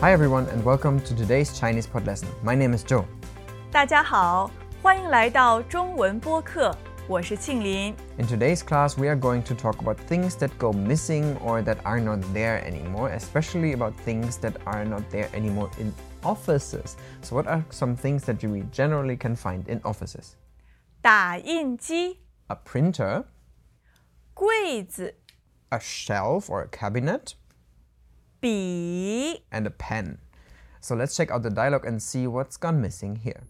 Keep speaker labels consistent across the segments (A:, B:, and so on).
A: Hi everyone and welcome to today's Chinese pod lesson. My name is Joe.
B: 大家好，欢迎来到中文播客，我是庆林。
A: In today's class, we are going to talk about things that go missing or that are not there anymore, especially about things that are not there anymore in offices. So, what are some things that we generally can find in offices?
B: 打印机、
A: A printer,
B: 柜子、
A: a shelf or a cabinet,
B: 笔。
A: and a pen. So, let's check out the dialogue and see what's gone missing here.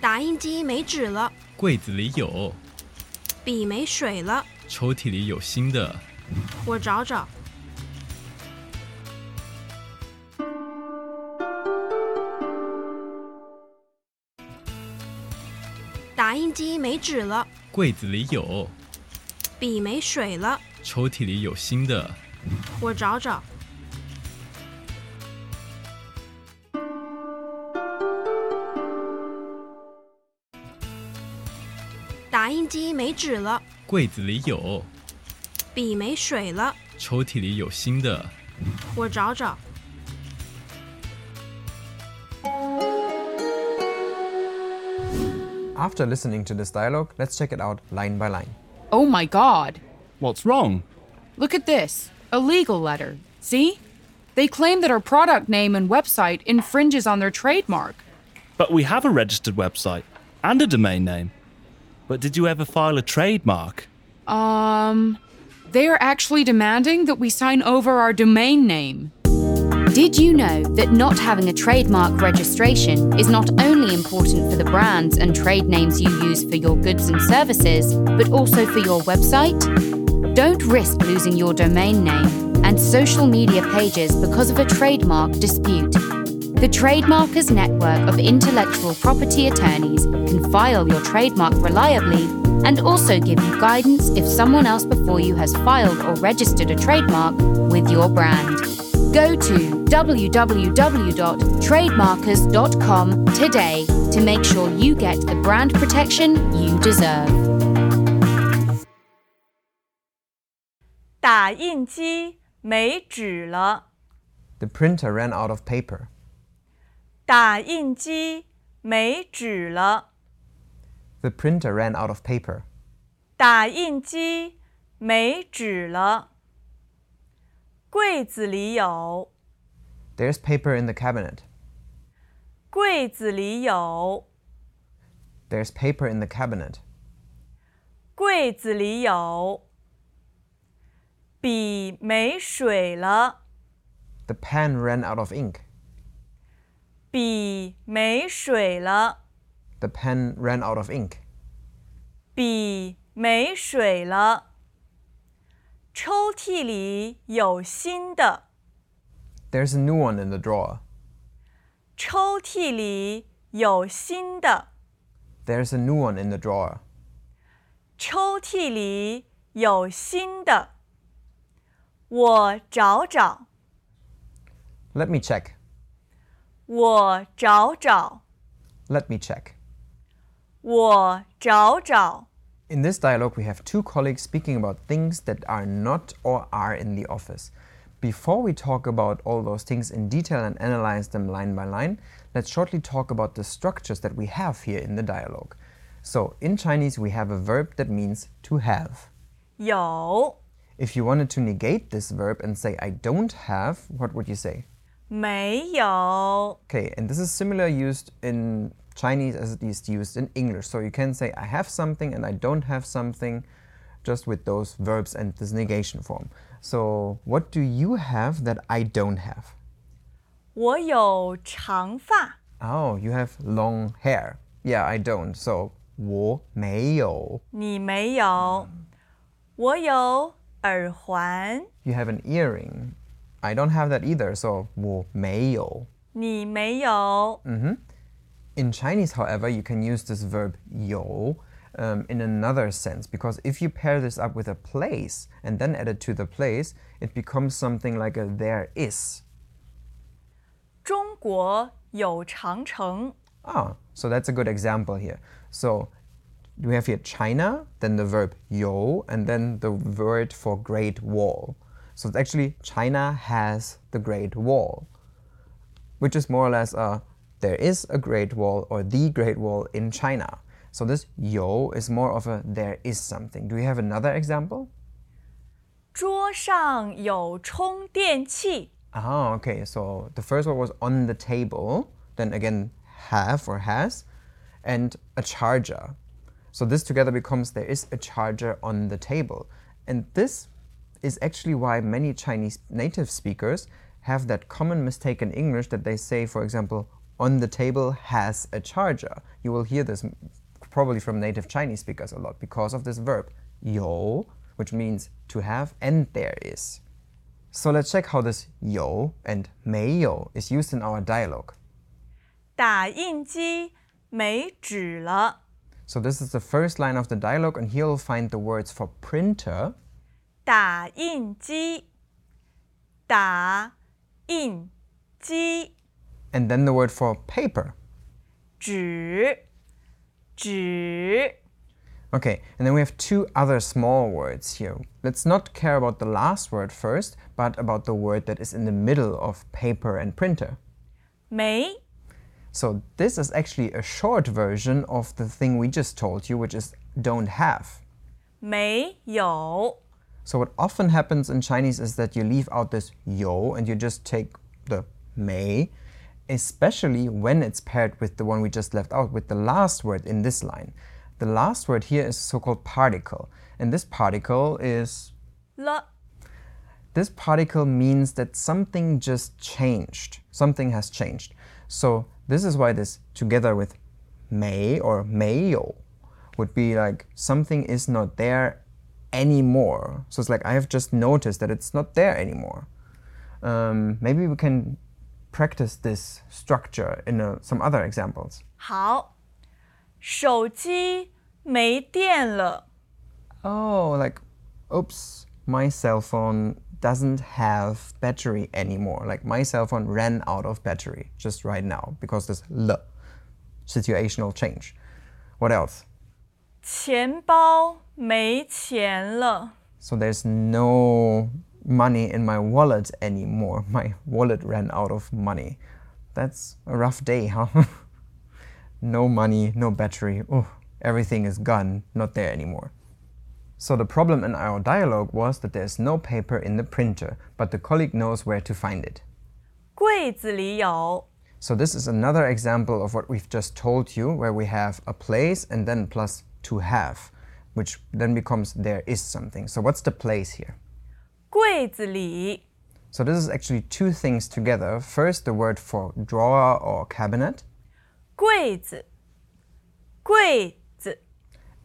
C: 打印机没纸了，
D: 柜子里有，
C: 笔没水了，
D: 抽屉里有新的，
C: 我找找。打印机没纸了，
D: 柜子里有，
C: 笔没水了，
D: 抽屉里有新的，
C: 我找找。打印机没纸了，
D: 柜子里有，
C: 笔没水了，
D: 抽屉里有新的，
C: 我找找。
A: After listening to this dialogue, let's check it out line by line.
E: Oh my god.
F: What's wrong?
E: Look at this. A legal letter. See? They claim that our product name and website infringes on their trademark.
F: But we have a registered website and a domain name. But did you ever file a trademark?
E: Um, they are actually demanding that we sign over our domain name.
G: Did you know that not having a trademark registration is not only important for the brands and trade names you use for your goods and services, but also for your website? Don't risk losing your domain name and social media pages because of a trademark dispute. The Trademarkers Network of Intellectual Property Attorneys can file your trademark reliably and also give you guidance if someone else before you has filed or registered a trademark with your brand. Go to www.trademarkers.com today to make sure you get the brand protection you deserve.
B: 打印机没纸了，
A: The printer ran out of paper.
B: 打印机没纸了，
A: The printer ran out of paper.
B: 打印机没纸了。柜子里有，
A: There's paper in the cabinet.
B: 柜子里有，
A: There's paper in the cabinet.
B: 柜子里有。笔没水了，
A: The pen ran out of ink.
B: 笔没水了。
A: The pen ran out of ink.
B: 笔没水了，抽屉里有新的，
A: There's a new one in the drawer.
B: 抽屉里有新的，
A: There's a new one in the drawer.
B: 抽屉里有新的。我找找，
A: Let me check.
B: 我找找，
A: Let me check.
B: 我找找。
A: In this dialogue, we have two colleagues speaking about things that are not or are in the office. Before we talk about all those things in detail and analyze them line by line, let's shortly talk about the structures that we have here in the dialogue. So, in Chinese, we have a verb that means to have.
B: 有
A: If you wanted to negate this verb and say, I don't have, what would you say?
B: 没有？
A: Okay, and this is similar used in Chinese as it is used in English. So you can say, I have something and I don't have something, just with those verbs and this negation form. So, what do you have that I don't have?
B: 我有长发，
A: Oh, you have long hair. Yeah, I don't. So, 我没有.
B: 你没有。我有耳环，
A: You have an earring. I don't have that either. So, 我没有.
B: 你没有。
A: In Chinese, however, you can use this verb yo um, in another sense because if you pair this up with a place and then add it to the place, it becomes something like a there is.
B: 中国有长城，
A: Ah, so that's a good example here. So we have here China, then the verb yo, and then the word for Great Wall. So it's actually China has the Great Wall, which is more or less a there is a Great Wall or the Great Wall in China. So this yo is more of a there is something. Do we have another example?
B: 桌上有充电器，
A: Ah, okay. So the first one was on the table, then again, have or has, and a charger. So this together becomes there is a charger on the table. And this is actually why many Chinese native speakers have that common mistake in English that they say, for example, on the table has a charger. You will hear this m- probably from native Chinese speakers a lot because of this verb, yo, which means to have and there is. So let's check how this yo and 没有 is used in our dialogue.
B: 打印机没纸了，
A: So this is the first line of the dialogue, and here you'll find the words for printer
B: 打印机，打印机，
A: and then the word for paper.
B: 纸，纸，
A: Okay, and then we have two other small words here. Let's not care about the last word first, but about the word that is in the middle of paper and printer.
B: 没
A: So this is actually a short version of the thing we just told you, which is don't have.
B: 没有，
A: So what often happens in Chinese is that you leave out this yo and you just take the mei, especially when it's paired with the one we just left out, with the last word in this line. The last word here is so-called particle, and this particle is
B: 了，
A: this particle means that something just changed. Something has changed. So this is why this together with may or mayo would be like something is not there anymore. So it's like I have just noticed that it's not there anymore. Um, maybe we can practice this structure in uh some other examples.
B: 好，手机没电了，
A: oh, like, oops, my cell phone doesn't have battery anymore. Like, my cell phone ran out of battery just right now because this l situational change. What else?
B: 钱包没钱了，
A: So there's no money in my wallet anymore. My wallet ran out of money. That's a rough day, huh? no money, no battery. Oh, everything is gone, not there anymore. So the problem in our dialogue was that there's no paper in the printer, but the colleague knows where to find it.
B: 柜子里有，
A: So this is another example of what we've just told you, where we have a place and then plus to have, which then becomes there is something. So what's the place here?
B: 柜子里，
A: So this is actually two things together. First, the word for drawer or cabinet,
B: 柜子，柜子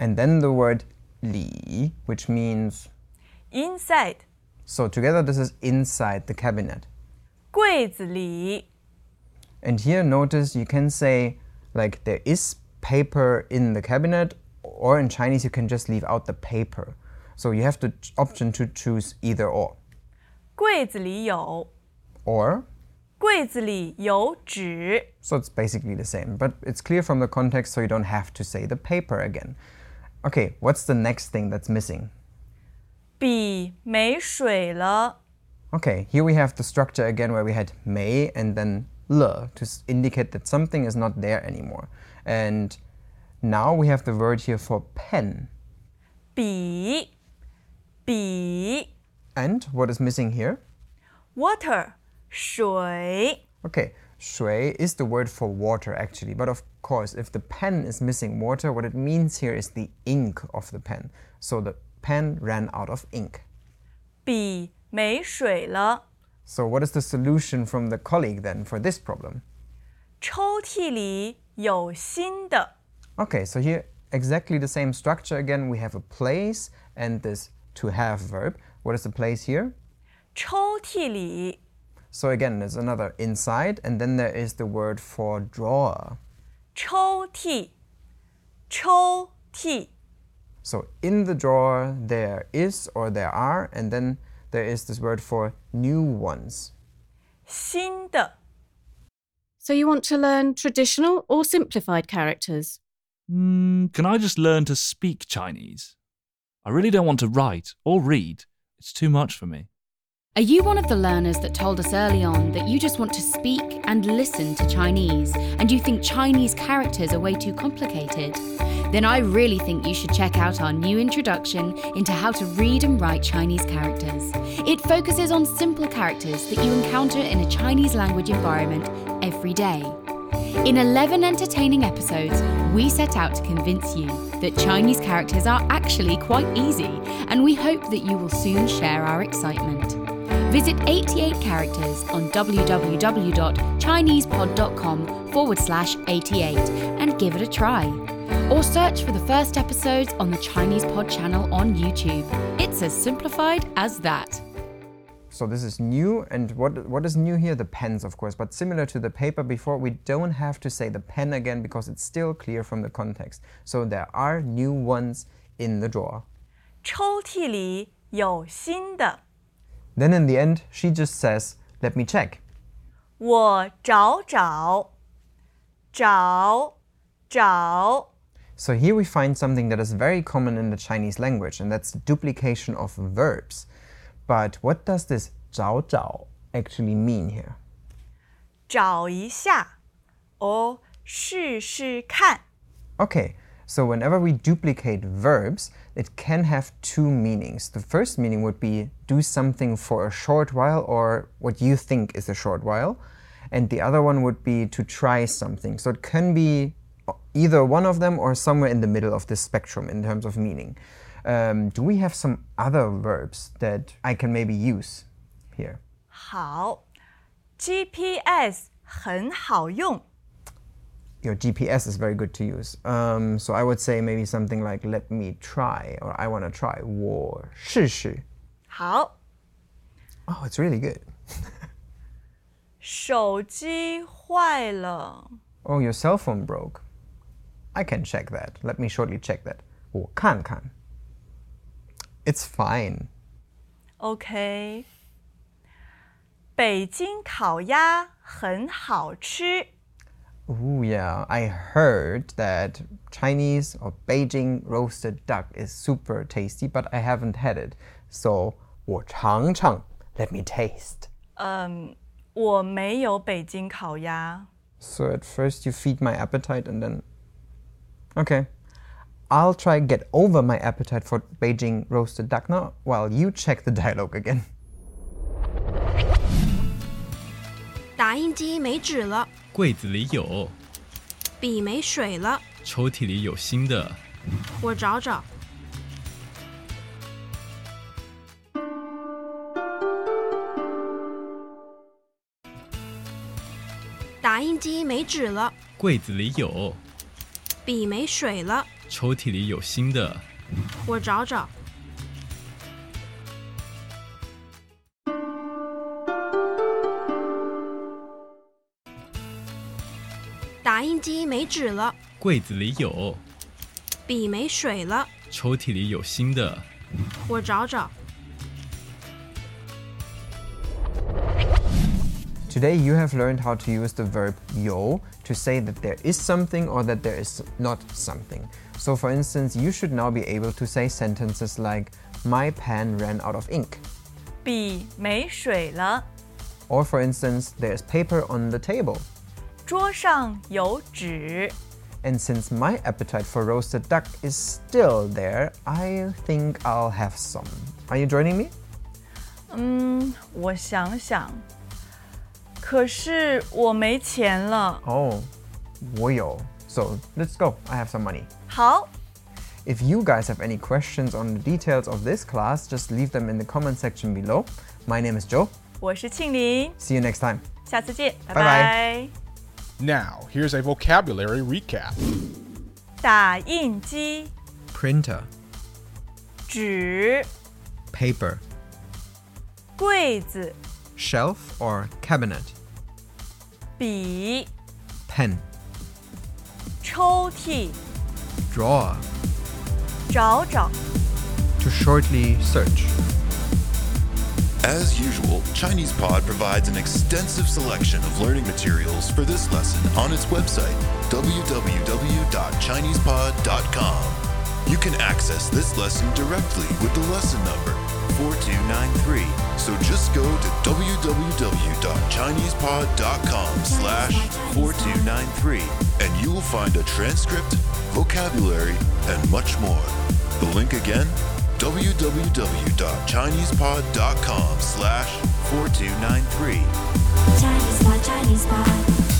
A: and then the word li, which means
B: ，inside，
A: so together this is inside the cabinet.
B: 柜子里。
A: And here notice you can say like there is paper in the cabinet or in Chinese you can just leave out the paper. So you have the ch- option to choose either or.
B: 柜子里有，
A: Or
B: 柜子里有纸。
A: So it's basically the same, but it's clear from the context so you don't have to say the paper again. Okay, what's the next thing that's missing?
B: 笔没水了，
A: Okay, here we have the structure again where we had may and then le to s- indicate that something is not there anymore. And now we have the word here for pen.
B: 笔，笔
A: And what is missing here?
B: ，water 水，
A: Okay, shui is the word for water actually, but of course, if the pen is missing water, what it means here is the ink of the pen. So the pen ran out of ink.
B: 笔没水了。
A: So what is the solution from the colleague then for this problem?
B: 抽屉里有新的，
A: Okay, so here exactly the same structure again. We have a place and this to have verb. What is the place here?
B: 抽屉里
A: So again, there's another inside, and then there is the word for drawer.
B: 抽屉，抽屉
A: So in the drawer there is or there are, and then there is this word for new ones.
B: 新的
H: So you want to learn traditional or simplified characters?
F: Mm, can I just learn to speak Chinese? I really don't want to write or read. It's too much for me.
G: Are you one of the learners that told us early on that you just want to speak and listen to Chinese and you think Chinese characters are way too complicated? Then I really think you should check out our new introduction into how to read and write Chinese characters. It focuses on simple characters that you encounter in a Chinese language environment every day. In 11 entertaining episodes, we set out to convince you that Chinese characters are actually quite easy, and we hope that you will soon share our excitement. Visit 88 characters on www.chinesepod.com forward slash 88 and give it a try. Or search for the first episodes on the Chinese Pod channel on YouTube. It's as simplified as that.
A: So this is new, and what what is new here? The pens, of course, but similar to the paper before, we don't have to say the pen again because it's still clear from the context. So there are new ones in the drawer.
B: 抽屉里有新的，
A: Then in the end, she just says, "Let me check."
B: 我找找，找找
A: So here we find something that is very common in the Chinese language, and that's duplication of verbs. But what does this "zhao zhao" actually mean here?
B: 找一下，哦，试试看。
A: Okay, so whenever we duplicate verbs, it can have two meanings. The first meaning would be do something for a short while or what you think is a short while, and the other one would be to try something. So it can be either one of them or somewhere in the middle of this spectrum in terms of meaning. Um, do we have some other verbs that I can maybe use here?
B: 好，GPS 很好用。
A: your GPS is very good to use. Um, so I would say maybe something like "Let me try" or "I want to try." 我试试.
B: 好，
A: Oh, it's really good.
B: 手机坏了，
A: Oh, your cell phone broke. I can check that. Let me shortly check that. 我看看. It's fine.
B: OK。北京烤鸭很好吃，
A: Ooh, yeah. I heard that Chinese or Beijing roasted duck is super tasty, but I haven't had it. So 我尝尝. Let me taste.
B: 我没有北京烤鸭。
A: So at first you feed my appetite and then Okay. I'll try get over my appetite for Beijing roasted duck now while you check the dialogue again.
C: 打印机没纸了，
D: 柜子里有，
C: 笔没水了，
D: 抽屉里有新的。
C: 我找找。打印机没纸了，
D: 柜子里有，
C: 笔没水了，
D: 抽屉里有新的。
C: 我找找。打印机没纸了，
D: 柜子里有，
C: 笔没水了，
D: 抽屉里有新的。
C: 我找找。
A: Today you have learned how to use the verb yo to say that there is something or that there is not something. So for instance, you should now be able to say sentences like my pen ran out of ink.
B: 笔没水了，
A: Or for instance, there's paper on the table.
B: 桌上有纸。
A: And since my appetite for roasted duck is still there, I think I'll have some. Are you joining me?
B: 嗯我想想，可是我没钱了。
A: Oh, 我有. So let's go. I have some money.
B: 好，
A: If you guys have any questions on the details of this class, just leave them in the comment section below. My name is Joe.
B: 我是庆林，
A: See you next time.
B: 下次见，拜
A: 拜
B: 拜
A: 拜。
I: Now, here's a vocabulary recap
B: 打印机、
A: Printer,
B: 纸、
A: paper,
B: 柜子、
A: shelf or cabinet,
B: 笔、
A: pen,
B: 抽屉、
A: drawer,
B: 找找。
A: to shortly search.
J: As usual, ChinesePod provides an extensive selection of learning materials for this lesson on its website, www.chinesepod.com. You can access this lesson directly with the lesson number 4293. So just go to www.chinesepod.com slash 4293 and you will find a transcript, vocabulary, and much more. The link again, www.chinesepod.com slash 4293.
K: Chinese spot, Chinese spot.